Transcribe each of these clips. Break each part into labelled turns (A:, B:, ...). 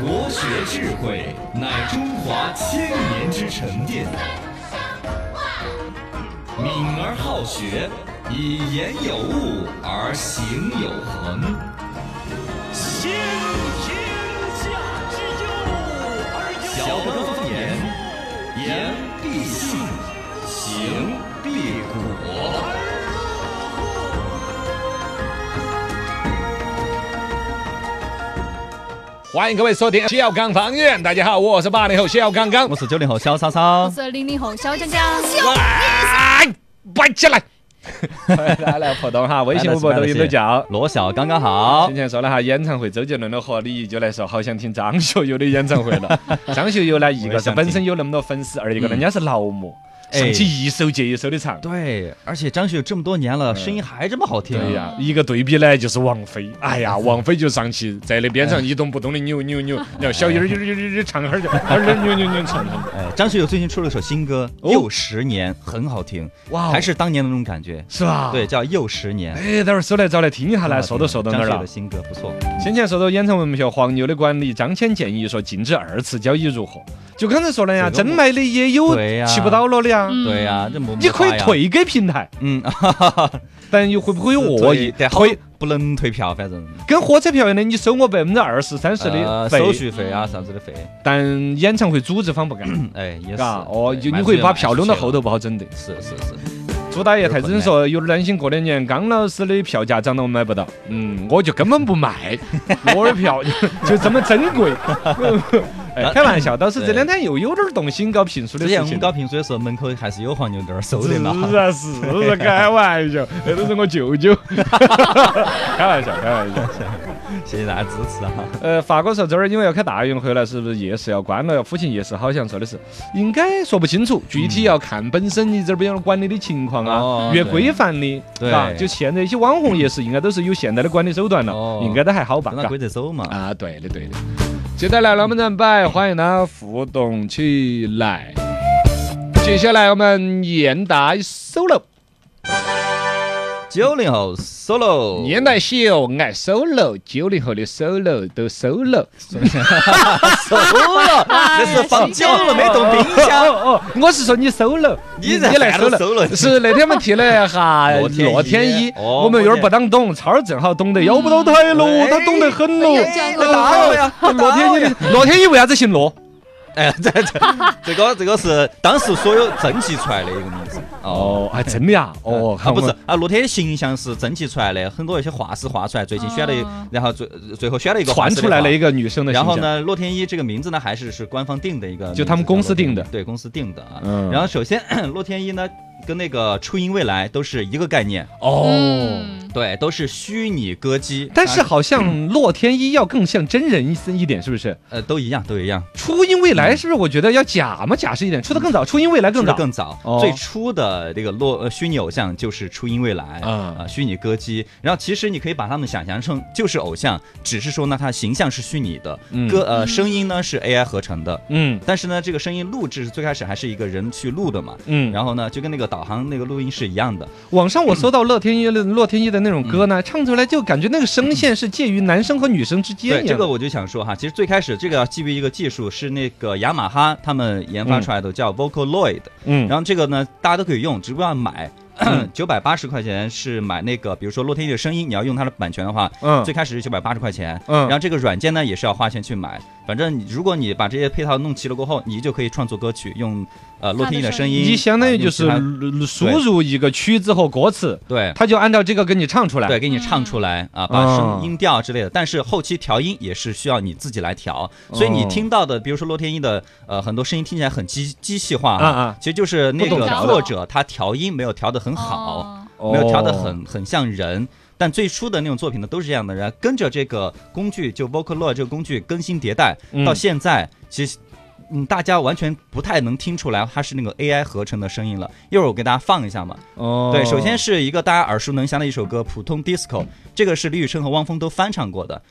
A: 国学智慧乃中华千年之沉淀，敏而好学，以言有物而行有恒。
B: 先天下之忧而忧，
A: 小德方言，言必信，行必果。
C: 欢迎各位收听《小刚方言》，大家好，我是八零后小刚刚
D: 我。是九零后小莎莎
E: 我，是零零后小江江，
C: 哇，摆起来！来来互动哈，微信、微博、抖音都叫。
D: 罗小刚刚好
C: 之。前说了哈，演唱会周杰伦的和李怡就来说，好想听张学友的演唱会了。张学友呢，一个是本身有那么多粉丝，二一个人家是劳模，
D: 哎
C: 上去一首接一首的唱。
D: 对，而且张学友这么多年了，声音还这么好听。
C: 对呀，一个对比呢就是王菲，哎呀，王菲就上去在那边上一动不动的扭扭扭，然后小音儿扭扭扭唱哈儿就哈儿扭扭扭唱。
D: 哎，张学友最近出了首新歌《
C: 哦
D: 又十年》，很好听，
C: 哇哦
D: 还是当年的那种感觉。
C: 是吧？
D: 对，。叫《又十年》。
C: 哎，待会儿搜来找来听一下
D: 啊
C: 来，说都说到哪
D: 张
C: 儿
D: 学友
C: 了
D: 的？新歌不错，
C: 先前说到演唱会门票黄牛的管理，张谦建议说禁止二次交易如何？就刚才说了呀，
D: 这个
C: 真
D: 我
C: 卖的也有
D: 对呀
C: 起不到了的呀，
E: 嗯
D: 对呀，这么
C: 你可以，
D: 没法呀
C: 退给平台，
D: 嗯，
C: 但又会不会有恶意
D: 对，好
C: 退？
D: 不能退票，反正
C: 跟火车票一样的，你收我百分之二十、三十的
D: 呃
C: 费
D: 手，续费啊啥子的费，
C: 但演唱会组织方不干，
D: 哎，也是
C: 嗯嘎，哦，
D: 对
C: 就
D: 蛮
C: 你会
D: 是
C: 把
D: 蛮
C: 票
D: 是
C: 弄到
D: 这
C: 后
D: 样
C: 头不好整的。
D: 是是是，
C: 朱大爷太真说，有点担心过两年刚老师的票价涨了，我买不到。嗯，我就根本不 卖，我的票就这么珍 贵。哎，开玩笑，倒是这两天又有点动心搞评书的
D: 之
C: 事
D: 前我
C: 情
D: 们
C: 了。
D: 搞评书的时候，门口还是有黄牛在那儿收的
C: 是
D: 嘛。
C: 啊， 是啊，开玩 笑，那都是我舅 舅。开玩笑，开玩笑。
D: 谢谢大家支持啊！
C: 呃，法国说这儿因为要开大运会了，是不是夜市要关了？府情夜市好像说的是，应该说不清楚，具体要看本身你这边管理的情况啊
D: 哦，
C: 越
D: 对
C: 规范的，
D: 对
C: 嘎，就现在一些网红夜市应该都是有现代的管理手段了
D: 哦，
C: 应该都还好吧
D: 跟？他
C: 嘎
D: 规则走嘛。
C: 啊，对的对的。接下来能不能摆？欢迎大家互动起来。接下来我们燕大 solo，
D: 九零后 solo，
C: 燕大秀爱 solo，九零后的 solo 都 solo。
D: solo，
E: 哎
D: 哦这是放久了没动冰箱。
C: 哦哦，我是说你 solo，
D: 你
C: 你来
D: 在
C: solo。
D: solo，
C: 是那天我们提了 一下
D: 洛天依
C: 洛天依，
D: 哦
C: 我们有点不当懂，超儿正好懂得，要不到他喽，
D: 哎
C: 他懂得很喽。
D: 哎来打我呀！来
C: 洛
D: 打我
C: 天
D: 呀！
C: 依，洛天依为啥子姓洛？
D: 哎，这这这个这个是当时所有征集出来的一个名字。
C: 哦，还真的呀，哦，
D: 啊
C: 看
D: 不
C: 我
D: 是啊，洛天的形象是征集出来的，很多一些画师画出来，最近选
E: 哦
D: 了，然后最最后选了一个画
C: 传
D: 师的
C: 出来了
D: 画
C: 一个女生的
D: 然
C: 形
D: 后
C: 象。
D: 呢，洛天依这个名字呢，还是是官方定的一个名字，
C: 就他们公司定的
D: 叫洛天依对公司定的啊。
C: 嗯
D: 然后首先， 洛天依呢，跟那个初音未来都是一个概念，
C: 哦，
E: 嗯
D: 对，都是虚拟歌姬，
C: 但是
D: 啊
C: 好像洛天依要更像真人一一点，是不是？
D: 呃都一样，都一样，
C: 初音未来是不是？我觉得要假嘛，假是一点，出的更早，初音未来更
D: 出
C: 早
D: 得。更早
C: 哦。
D: 最初的这个洛呃虚拟偶像就是初音未来
C: 啊
D: 啊，虚拟歌姬。然后其实你可以把他们想象成就是偶像，只是说呢，他形象是虚拟的
C: 嗯，
D: 歌呃声音呢是 AI 合成的。
C: 嗯
D: 但是呢，这个声音录制是最开始还是一个人去录的嘛，
C: 嗯，
D: 然后呢，就跟那个导航那个录音是一样的，
C: 网上我搜到乐天依的乐天依的那种歌
D: 嗯
C: 呢，唱出来就感觉那个声线是介于男生和女生之间
D: 对，
C: 一
D: 这
C: 样
D: 个
C: 的。
D: 我就想说哈，其实最开始这个要基于一个技术，是那个雅马哈他们研发出来的，叫 Vocaloid、
C: 嗯，
D: 然后这个呢，大家都可以用，只不过要买。九百八十块钱是买那个，比如说洛天依的声音，你要用它的版权的话，
C: 嗯
D: 最开始是九百八十块钱。
C: 嗯
D: 然后这个软件呢也是要花钱去买。反正你如果你把这些配套弄齐了过后，你就可以创作歌曲，用呃洛天依的声音。
C: 你相当于就是嗯
D: 啊用其
C: 输入一个曲子和歌词，
D: 他对
C: 他就按照这个给你唱出来。
D: 对，给你唱出来
C: 嗯
D: 啊，把声音调之类的。但是后期调音也是需要你自己来调，
C: 嗯
D: 所以你听到的，比如说洛天依的呃很多声音听起来很机机器化
C: 啊啊，
D: 其实就是那
C: 不懂
D: 个
C: 调的
D: 作者他调音没有调得很好，
E: 哦
D: 没有调得
C: 哦
D: 很很像人。但最初的那种作品呢，都是这样的，然后跟着这个工具，就 Vocaloid 这个工具更新迭代，
C: 嗯
D: 到现在其实。嗯，大家完全不太能听出来它是那个 AI 合成的声音了。一会儿我给大家放一下嘛。
C: 哦
D: 对，首先是一个大家耳熟能详的一首歌《普通 disco》，这个是李宇春和汪峰都翻唱过的。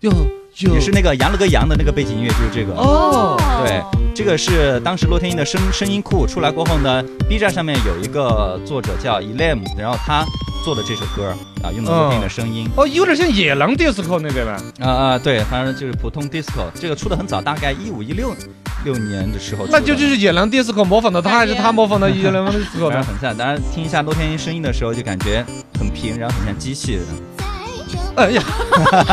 C: 哟，就
D: 也是那个杨了个羊的那个背景音乐，就是这个。
C: 哦，
D: 对，这个是当时洛天依的声声音库出来过后呢，B 站上面有一个作者叫 Elam，然后他做的这首歌啊，用的洛天依的声音。
C: 哦，有点像野狼 disco 那个吧？
D: 啊啊，对，反正就是普通 disco，这个出的很早，大概一五一六六年的时候出的。
C: 那就就是野狼 disco 模仿的他，还是他模仿的野狼
D: 反正
C: disco 呢？
D: 很像，当然听一下洛天依声音的时候，就感觉很平，然后很像机器人。
C: 哎呀，
F: 我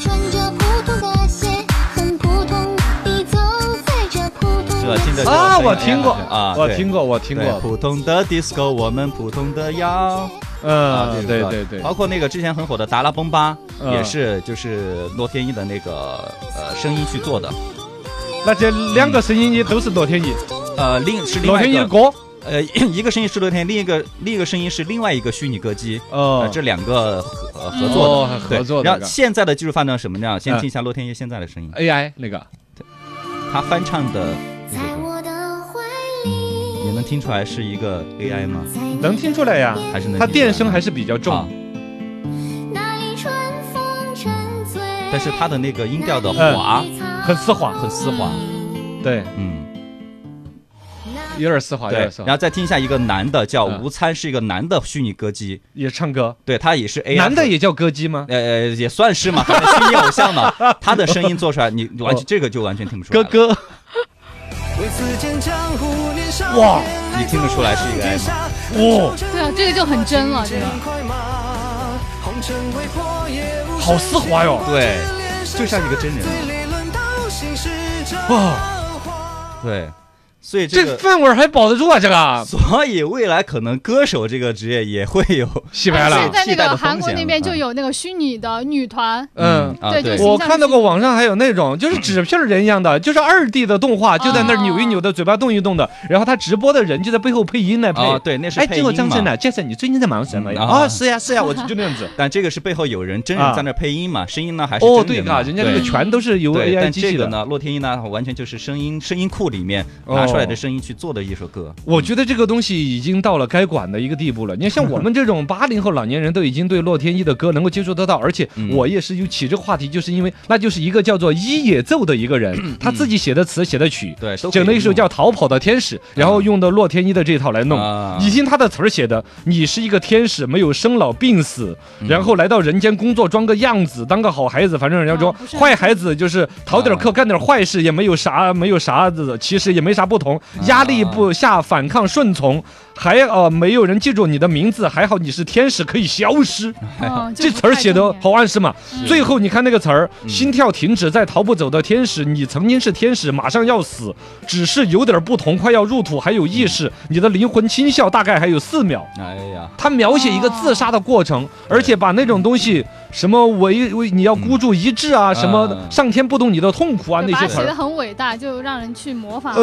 F: 穿着普通的鞋，很普通地走在这普通
D: 这
F: 的
D: 听着就
C: 啊，
D: 很有
C: 我
D: 感
C: 听过
D: 觉啊，
C: 我
D: 对
C: 听过，我听
D: 对
C: 过，
D: 普通的 disco，我们普通的摇。啊，
C: 嗯，
D: 这
C: 对
D: 首歌
C: 对对，
D: 包括那个之前很火的《达拉崩吧》，
C: 嗯
D: 也是就是洛天依的那个呃声音去做的，
C: 那这两个声音也都是罗天依，
D: 呃，另是另
C: 罗
D: 外
C: 天
D: 一
C: 依的
D: 个
C: 歌，
D: 呃 一个声音是洛天依，另一个另一个声音是另外一个虚拟歌姬，呃，
C: 哦，
D: 这两个合呃合作
C: 哦，还
D: 的，对
C: 合作
D: 然
C: 的
D: 后，现在的技术发展到什么样？先
C: 嗯
D: 听一下洛天依现在的声音，
C: AI 那个，
D: 她翻唱的一首
F: 在
D: 歌，
F: 我的怀里，
D: 你能听出来是一个 AI 吗？
F: 在你
C: 能听出来呀，
D: 还是能听出来
C: 他电声还是比较
D: 嗯啊
C: 重，
F: 那里春风沉醉，
D: 但是她的那个音调的
C: 嗯
D: 滑
C: 很丝滑，
D: 很丝滑，
C: 对，
D: 嗯。
C: 有点丝滑，有
D: 对
C: 点，丝
D: 然
C: 滑，
D: 后再听一下一个男的叫
C: 嗯
D: 吴参，是一个男的虚拟歌姬，
C: 也唱歌，
D: 对他也是 AI，
C: 男的也叫歌姬吗？
D: 呃呃也算是嘛，反正虚拟偶像嘛， 他的声音做出来，你
C: 哦
D: 完全这个就完全听不出来
C: 哥
D: 了。
C: 哥，
B: 为此间江湖年少
C: 哇
D: 你听得出来是一个 M
C: 哇
E: 对啊，这个就很真了，这个。
C: 好丝滑哟
D: 对，就像一个真人
B: 哇，
D: 对，所以这
C: 这
D: 个，
C: 饭碗还保得住啊，这个
D: 所以未来可能歌手这个职业也会有，
C: 洗白了
G: 啊
E: 现，哦在那
D: 替代的
E: 个
D: 风险
E: 韩国那边
D: 了
E: 就有那个虚拟的女团，
C: 嗯。
D: 啊
E: 对就
D: 对
E: 是
C: 我看到过网上还有那种就是纸片人一样的，就是二 D 的动画，就在那儿扭一扭的，嘴巴动一动的，然后他直播的人就在背后配音来配。
D: 啊对，那是
C: 哎，
D: 配
C: 最后
D: 音
C: 张震
D: 嘛，
C: 呢？杰森，你最近在忙什么呀？
D: 嗯啊
C: 啊，是呀是呀，我就那样子。
D: 但这个是背后有人真人
C: 啊
D: 在那配音嘛，声音呢还是
C: 哦，
D: 真
C: 对
D: 嘛
C: 啊，人家这个
D: 对
C: 全都是由
D: 对，
C: AI
D: 但
C: 机
D: 这
C: 器
D: 个
C: 的。哦
D: 呢，洛天依呢，完全就是声音声音库里面拿出来的声音去做的一首歌。
C: 我觉得这个东西已经到了该管的一个地步了。你看，像我们这种八零后老年人都已经对洛天依的歌能够接触得到，而且
D: 嗯
C: 我也是有起这个话题，就是因为那就是一个叫做一野奏的一个人，他自己写的词写的曲，
D: 对，都可以
C: 整了一首
D: 用
C: 叫《逃跑的天使》，然后用的洛天依的这一套来弄。
D: 啊
C: 已经他的词儿写的，你是一个天使，没有生老病死，
D: 嗯
C: 然后来到人间工作，装个样子，当个好孩子。反正人家说
E: 啊不是，
C: 坏孩子就是逃点课，干点坏事，也没有
D: 啊
C: 啥，没有啥子，其实也没啥不同。压力不下，反抗顺从，还呃没有人记住你的名字，还好你是天使，可以消失。
D: 哎
E: 嗯，
C: 这词儿写的好暗示嘛。最后你看那个词儿，
D: 嗯
C: 心跳停止，在逃不走的天使，你曾经是天使，马上要死，只是有点不同，快要入土，还有意识，你的灵魂轻笑，大概还有四秒。
D: 哎呀，
C: 他描写一个自杀的过程，而且把那种东西，什么唯唯你要孤注一掷啊，
D: 嗯
C: 什么
D: 嗯
C: 上天不懂你的痛苦啊那些
E: 把它
C: 词
E: 写的
C: 儿，
E: 很伟大，就让人去模仿。
C: 呃，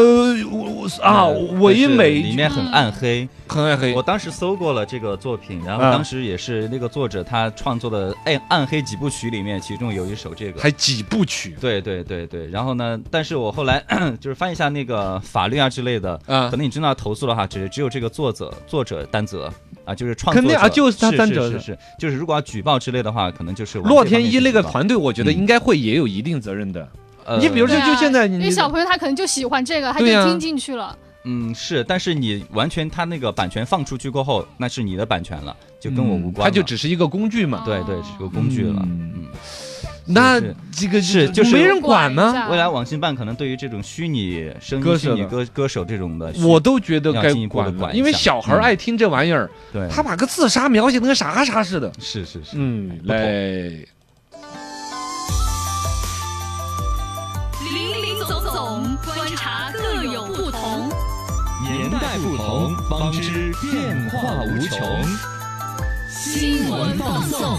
C: 我我啊，
D: 嗯
C: 唯
D: 但是里
C: 美
D: 面很暗黑。
C: 很爱黑
D: 我当时搜过了这个作品，然后
C: 嗯
D: 当时也是那个作者他创作的《暗暗黑几部曲》里面，其中有一首这个。
C: 还几部曲
D: 对对对对，然后呢？但是我后来 就是翻一下那个法律啊之类的，
C: 啊
D: 可，能你真的要投诉了哈，只只有这个作者作者担责啊，就是创作
C: 肯
D: 者
C: 定啊就是他担
D: 是
C: 责
D: 是
C: 的
D: 是是就是如果要举报之类的话，可能就是往
C: 洛
D: 这方
C: 天
D: 面
C: 依
D: 去
C: 那
D: 举
C: 个
D: 报，
C: 团队，我觉得
D: 嗯
C: 应该会也有一定责任的。
D: 呃
C: 你比如
E: 对啊
C: 就现在你
E: 因为小朋友他可能就喜欢这个，他就
C: 对啊
E: 听进去了。
D: 嗯，是，但是你完全他那个版权放出去过后，那是你的版权了，就跟我无关了。
C: 嗯它就只是一个工具
E: 啊
C: 嘛。
D: 对对，是个工具了。
C: 嗯
D: 嗯，
C: 那
D: 是
C: 这个
D: 是就是
C: 没人
E: 管
C: 管
E: 一
C: 呢，
E: 下
D: 嗯未来网信办可能对于这种虚拟声
C: 歌
D: 音、虚
C: 手
D: 拟
C: 的
D: 歌歌手这种的，
C: 我都觉得该
D: 要进一步地
C: 管了，
D: 管一
C: 因为
D: 下
C: 小孩儿
D: 嗯
C: 爱听这玩意儿，
D: 对，
C: 他把个自杀描写的跟啥啥似的。
D: 是是是，
C: 嗯，
D: 同
C: 来，
E: 林林总总，观察各有不同。
A: 年代不同，方知变化无穷。
E: 新闻放送，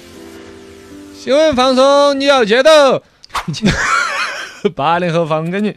C: 新闻放松，你要接到。八零后放给你。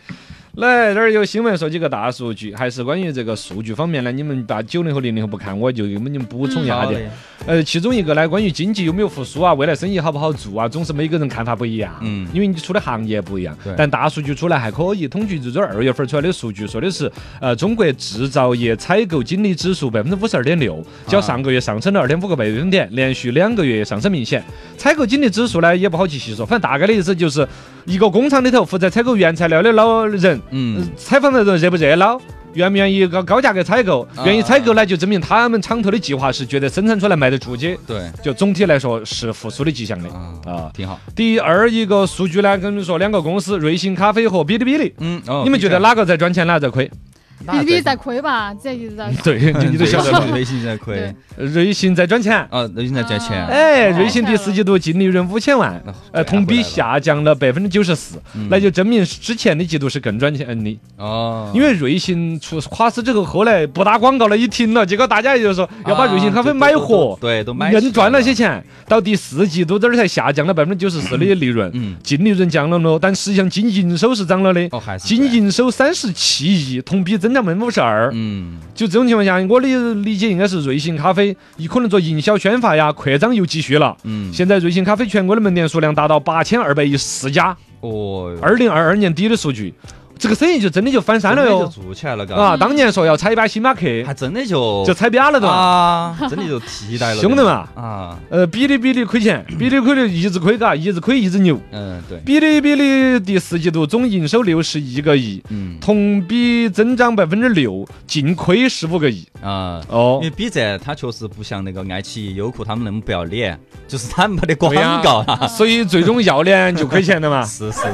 C: 来，这儿有新闻说几个大数据，还是关于这个数据方面呢？你们把九零后、零零后不看，我就给你们补充一下
D: 好
C: 的。
D: 嘞
C: 呃，其中一个呢，关于经济有没有复苏啊，未来生意好不好做啊，总是每个人看法不一样。
D: 嗯
C: 因为你出的行业不一样
D: 对。
C: 但大数据出来还可以，统计局这儿二月份出来的数据说的是，呃，中国制造业采购经理指数百分之五十二点六，
D: 啊
C: 较上个月上升了二点五个百分点，连续两个月上升明显。采购经理指数呢也不好去细说，反正大概的意思就是，一个工厂里头负责采购原材料的老人，
D: 嗯
C: 呃，采访的人热不热闹？愿不愿意高高价格采购？
D: 啊
C: 愿意采购呢，就证明他们厂头的计划是觉得生产出来卖得出去。
D: 对，
C: 就总体来说是复苏的迹象的
D: 啊
C: 啊。
D: 挺好。
C: 第二一个数据呢，跟你们说两个公司，瑞幸咖啡和哔哩哔哩，
D: 嗯，哦
C: 你们觉得？哪个在赚钱，哪个在亏？
G: 哔哩哔哩在亏吧，这一直在亏。
C: 对，你你都晓得
D: 了，
C: 了。
D: 微信在亏
G: 对，
C: 瑞幸在赚钱。
D: 啊，微信在赚钱。
C: 哎，瑞幸第四季度净利润五千万
D: 那，
C: 呃，
D: 对
C: 同比
D: 哦回来嗯
C: 下降了百分之九十四，那就证明之前的季度是更赚钱呃的。
D: 哦，
C: 因为瑞幸出垮死之后，后来不打广告了，一停了，结果大家也就说要把
D: 啊
C: 瑞幸咖啡
D: 对
C: 买
D: 都
C: 活，
D: 对，都买起
C: 人
D: 来
C: 赚了些钱，到第四季度这儿才下降了百分之九十四的利润，
D: 嗯
C: 净利润降了咯，但实际上净营收是涨了的。
D: 哦，还是
C: 净
D: 在
C: 营收三十七亿，同比增长百分之五十二。
D: 嗯，
C: 就这种情况下，我的理解应该是瑞幸咖啡，一可能做营销宣发呀，扩张又继续了。
D: 嗯
C: 现在瑞幸咖啡全国的门店数量达到八千二百一十四家，
D: 哦，
C: 二零二二年底的数据，这个生意就真的就翻
D: 真
C: 山了
D: 的就
C: 哟。
D: 做起来了，嘎，
C: 啊，当年说要踩一把星巴克，
D: 还真的就
C: 就踩扁了都。
D: 啊， 真的就替代了，
C: 兄弟们啊
D: 啊，
C: 呃，哔哩哔哩亏钱，哔哩亏的一直亏，嘎，一直亏一直牛。
D: 嗯，对，
C: 哔哩哔哩第四季度总营收六十一个亿，
D: 嗯
C: 同比增长百分之六，净亏十五个亿。
D: 啊。因
C: 哦
D: 为 B 站它确实不像那个爱奇艺、优酷他们那么不要脸， 就是他们没得广
C: 对呀
D: 告啊。
C: 所以最终要脸就亏钱的嘛。
D: 是是是，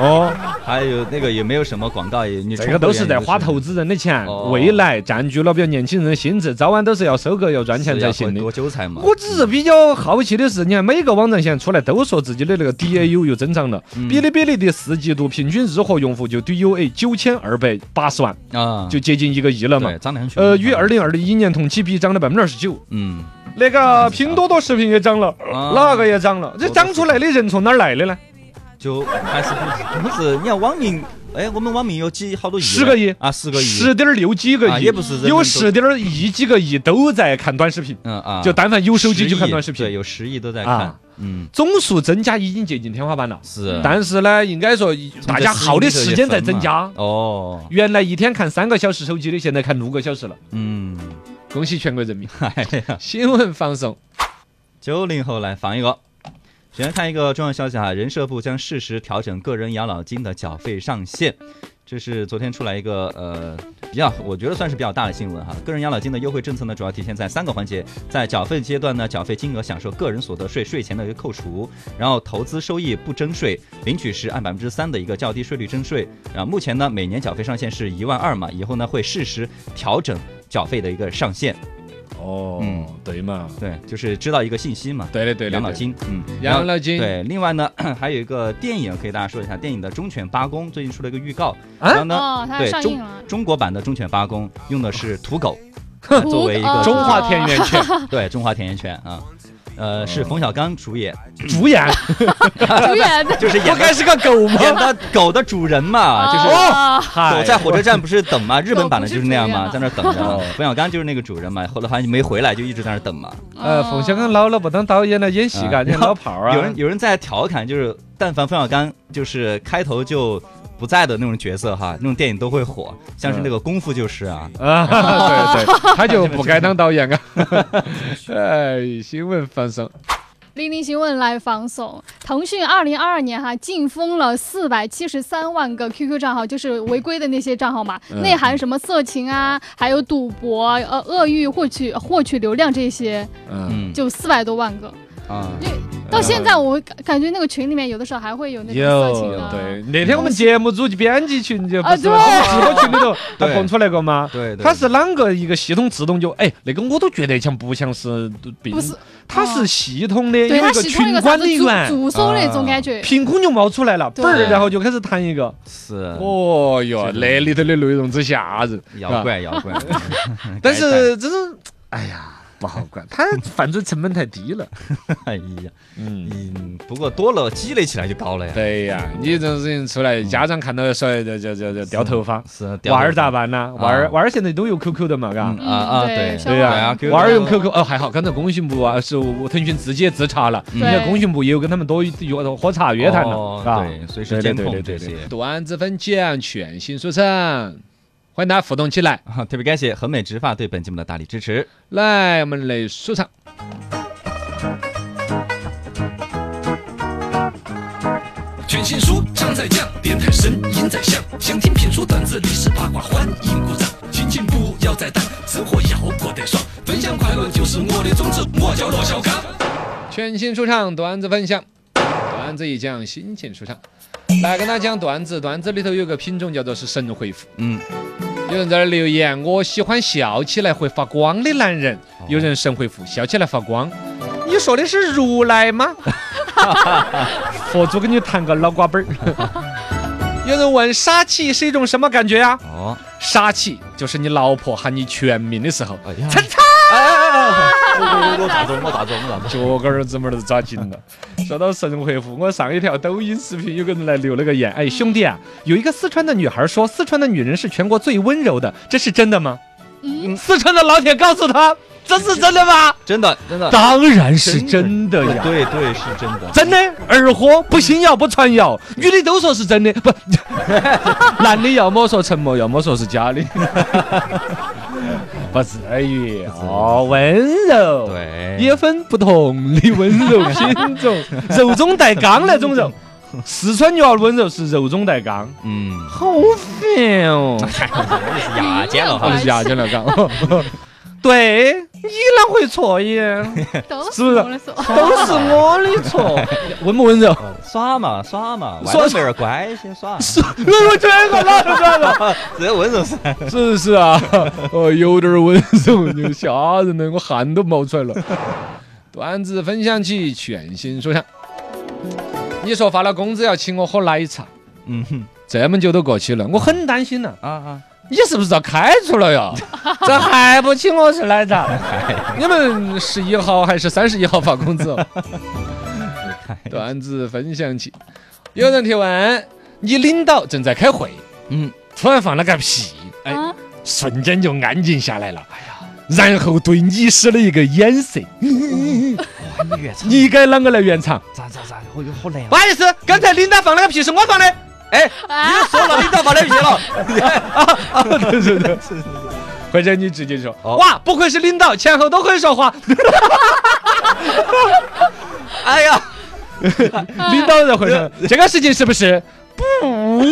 C: 哦，
D: 还有那个也没有什么广告，也你
C: 这个都是在花投
D: 投资
C: 资人的钱
D: 哦，
C: 未来占据了比较年轻人的心智，早晚都是要收割、要
D: 啊
C: 赚钱才行的。
D: 割韭菜嘛。
C: 我只是比较好奇的是，你看每个网站现在出来都说自己的那个 DAU 又增长了，
D: 嗯
C: 哔哩哔哩第四季度平均日活用户就 DUA 九千二百八十万，
D: 啊，
C: 就接近一个亿了嘛
D: 对，。涨得很凶。
C: 呃，与二零二一年同期比涨了百分之二十九，
D: 嗯
C: 那个拼多多视频也涨了，
D: 啊
C: 那个也涨了，这涨出来的人从哪儿来的呢？
D: 就还是不不是，你看网民，哎，我们网民有几好多亿了，
C: 十个亿
D: 啊，十个亿，
C: 十点六几个
D: 啊
C: 亿，
D: 也不是人人
C: 有
D: 都
C: 十点一几个亿都在看短视频，
D: 嗯啊，
C: 就但凡有手机就看短视
D: 十亿对，
C: 频，
D: 有十亿都在看
C: 啊，
D: 嗯，
C: 总数增加已经接近天花板了。
D: 是，
C: 但是呢，应该说大家耗的时间在增加。
D: 哦，
C: 原来一天看三个小时手机的，现在看六个小时了。
D: 嗯，
C: 恭喜全国人民！
D: 哎呀，
C: 新闻放送，
D: 九零后来防一个。首先看一个重要消息哈，人社部将适时调整个人养老金的缴费上限，这是昨天出来一个呃比较，我觉得算是比较大的新闻哈。个人养老金的优惠政策呢，主要体现在三个环节，在缴费阶段呢，缴费金额享受个人所得税税前的一个扣除，然后投资收益不征税，领取时按百分之三的一个较低税率征税。啊，目前呢每年缴费上限是一万二嘛，以后呢会适时调整缴费的一个上限。
C: 哦
D: 嗯
C: 对嘛，
D: 对，就是知道一个信息嘛。
C: 对的对的，
D: 养老金，嗯，然后
C: 养老金
D: 对，另外呢， 还有一个电影可以大家说一下，电影的《忠犬八公》最近出了一个预告，
C: 啊
D: 然后呢，
G: 哦，它
D: 对
G: 上映
D: 中
G: 了。
D: 中国版的《忠犬八公》用的是土 狗，
G: 土
D: 作为一个
G: 哦
C: 中华哦田园 犬
D: 对，中华田园犬啊，呃，是冯小刚主 演，
C: 主演，
G: 主演的
D: 就是
C: 不啊
D: 演
C: 该
D: 的
C: 是个狗 吗？
D: 演的狗的主人嘛，就是。
G: 哦
D: 狗
C: 嗨
D: 在火车站不是等 嘛？日本版的就是那样嘛，
C: 啊
G: 狗不
D: 在
G: 是
D: 那儿等着。哦冯小刚就是那个主人嘛，后来好像没回来，就一直在那儿等嘛。
C: 呃，冯小刚老了不当导演了，演戏
D: 啊
C: 干人家老炮儿 啊。
D: 有人有人在调侃，就是但凡冯小刚就是开头就不在的那种角色哈，那种电影都会火，像是那个功夫就是啊，
C: 啊，对对， 他就不该当导演 啊。哎，新闻放送，
G: 零零新闻来放送，腾讯二零二二年哈禁封了四百七十三万个 QQ 账号，就是违规的那些账号嘛，内含什么色情啊，还有赌博、呃恶意获取获取流量这些，
C: 嗯，
D: 嗯
G: 就四百多万个。
D: 啊，
G: 到现在我感感觉那个群里面有的时候还会有那种色情啊的，
C: 对，那天我们节目组编辑群就不
G: 啊
C: 是
G: 对
C: 我们直播群里 头他
D: 对
C: 蹦出来个吗？
D: 对对
C: 他是啷个一个系统自动就哎，那个我都觉得像不像是病，
G: 不是，哦
C: 他是系统的有
G: 对
C: 一
G: 它
C: 个
G: 习惯一
C: 群
G: 个啥
C: 管
G: 子
C: 理
G: 主
C: 员，
G: 主搜那种感觉，
C: 凭空就冒出来了，
G: 对
C: 嘣儿，然后就开始弹一个，
D: 是
C: 哦哟，
D: 是
C: 那里头的内容之吓人，
D: 妖
C: 是吧
D: 怪妖怪， 改
C: 但
D: 版
C: 是这种，哎呀，不好 管，它反正成本太低了。
D: 哎呀，
C: 嗯，
D: 嗯，不过多了积累起来就高了呀。
C: 对呀，你这种事情出来，家长看到说这这这这掉头发，
D: 是
C: 娃儿咋？办呢？
D: 啊
C: 娃儿娃儿现在都有 QQ 的嘛，嘎
D: 嗯。啊啊，
G: 嗯
D: 对
G: 对
C: 对
G: 对
C: 呀
G: 啊，
D: QQ
C: 娃儿用 QQ 哦还好，刚才工信部啊是我腾讯直接自查了，
D: 嗯
C: 人家工信部也有跟他们多约喝茶约谈
D: 哦
C: 了，嘎。
D: 对，随时
C: 对对
D: 监
C: 对
D: 控
C: 对
D: 这
C: 对
D: 些
C: 对。。段子分享，全新书城，欢迎大家互动起来。
D: 啊，特别感谢恒美植发对本节目的大力支持。
C: 来，我们来舒畅。
A: 全新书唱在酱，电台声音在响，想听评书、段子、历史八卦，欢迎鼓掌。心情不要再淡，生活要过得爽，分享快乐就是我的宗旨，我叫罗小刚。
C: 全新说唱段子分享，段子一讲心情舒畅。来跟大家讲段子，段子里头有个品种叫做是神回复。
D: 嗯，
C: 有人在那儿留言，我喜欢笑起来会发光的男人。有人神回复，笑起来发光。你说的是如来吗？佛祖给你弹个脑瓜本儿。 有人问杀气是一种什么感觉呀、
D: 哦，
C: 杀气就是你老婆喊你全名的时候，
D: 哎呀，
C: 陈
D: 哎哎哎哎，我我我打中，我打中，我打中。
C: 脚杆儿怎么儿子抓紧了。说到神回复，我上一条抖音视频有个人来留了个言，哎，兄弟啊，有一个四川的女孩说，四川的女人是全国最温柔的，这是真的吗？
G: 嗯
C: 四川的老铁告诉他，这是真的吗？
D: 真的真的，
C: 当然是真的呀。
D: 对对是真的。
C: 真的，二货不信谣不传谣，女的都说是真的，不， 男的要么说沉默，要么说是假的， 不至于哦，温柔，
D: 对
C: 也分不同的温柔品种， 柔中带刚那种柔，四川女娃儿温柔是柔中带刚，
D: 嗯，
C: 好烦哦，
D: 牙尖了
C: 好
D: 哈。
C: 是牙尖了刚， 对你哪会错耶？
G: 都
C: 是不是
G: 懂了所
C: 都是我的错，温不温 柔？
D: 耍嘛耍嘛，
C: 耍
D: 玩点儿乖，哎先 耍。
C: 是，我这个哪个哪个？
D: 这温柔是
C: 是是啊，哦，有点温柔，就吓人了，我汗都冒出来了。段子分享起，全新说唱。你说发了工资要请我喝奶茶，
D: 嗯哼
C: 这么久都过去了，我很担心了、
D: 啊啊，
C: 你是不是遭开除 了呀？咋还不请我吃奶茶？你们十一号还是三十一号发 工资、哦？段子分享起，有人提问：你领导正在开会，
D: 嗯，
C: 突然放了个屁，
D: 哎
G: 啊，
C: 瞬间就安静下来了。哎呀，然后对你施了一个眼色，
D: 你越唱
C: 你该啷个来圆场？
D: 咋咋咋，我又好难
C: 不。好意思，刚才领导放了个屁，是我放的。
D: 哎，
G: 啊，
D: 说了，你到把那去了。
C: 对对对，或者你直接说，
D: 哦
C: 哇，不愧是领导，前后都会说话。
D: 哎呀，
C: 领导在会上，这个事情是不是？不，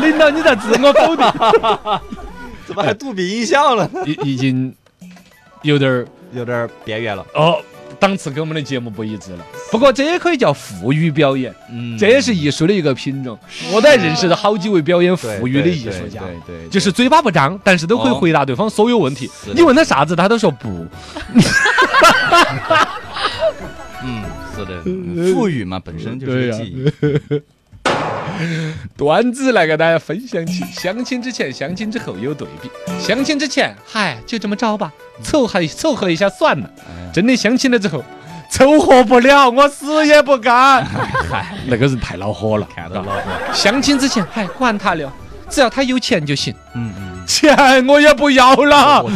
C: 领导你在自我否定，
D: 怎么还杜比音效了？
C: 已已经有点儿
D: 有点儿边缘了。
C: 哦，档次跟我们的节目不一致了。不过这也可以叫沪语表演，
D: 嗯
C: 这也是艺术的一个品种。我在认识了好几位表演
D: 对
C: 沪语的
D: 对
C: 艺术
D: 对
C: 家。
D: 对对，对
C: 就是嘴巴不张，但是都会回答对方所有问题。
D: 是的
C: 你问他啥子，他都说不。
D: 嗯，是的，嗯赋予嘛，本身就是
C: 对呀
D: 记忆。
C: 段子来给大家分享起，相亲之前、相亲之后有对比。相亲之前，嗨，就这么着吧，凑合凑合一下算了。真的相亲了之后，凑合不了，我死也不干。嗨， 那个人太恼火了。
D: 看到了，
C: 相亲之前，嗨，管他了，只要他有钱就行，
D: 嗯嗯，
C: 钱我也不要了。
D: 好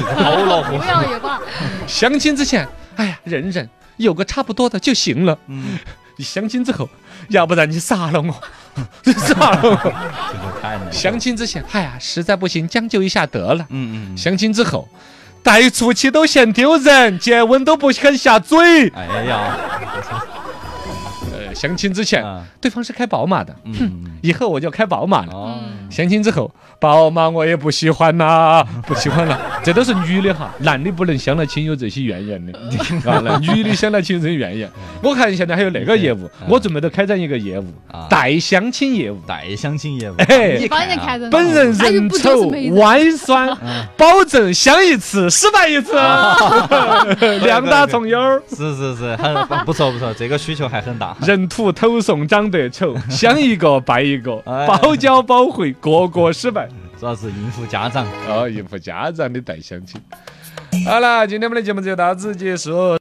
D: 恼
G: 不要也罢，
C: 相亲之前，哎呀，忍忍，有个差不多的就行了。
D: 嗯，
C: 你 相亲之后，要不然你杀了我， 杀了我。
D: 这个太难了。
C: 相亲之前，哎呀，实在不行将就一下得了。
D: 嗯嗯，嗯
C: 相亲之后，带出去都嫌丢人，接吻都不肯下嘴。
D: 哎呀，
C: 呃，相亲之前，
D: 嗯
C: 对方是开宝马的，
D: 嗯，
C: 以后我就开宝马了。
D: 哦，
C: 相亲之后，宝马我也不喜欢啦、不喜欢了。这都是女的哈，男的不能相了亲有这些怨 言的，啊，那女的相了亲有这些怨言。
D: 嗯
C: 我看现在还有那个业务，我准备都开展一个业务
D: 啊，
C: 带相亲业务。
D: 带相亲业务，
C: 哎
D: 你
G: 帮人家
D: 啊
G: 开着呢。
C: 本人
G: 哎呦
C: 人
G: 不就是
C: 丑
G: 妹子
C: 歪酸，保证相一次失败一次， 量大从优。
D: 是是是，很不错不错，这个需求还很大。
C: 人土头送长得丑，相一个败一个，
D: 哎
C: 包教包会，个个失败。啊
D: 主要是应付家长，
C: 哦，应付家长的带相亲。好了，今天我们的节目就到此结束。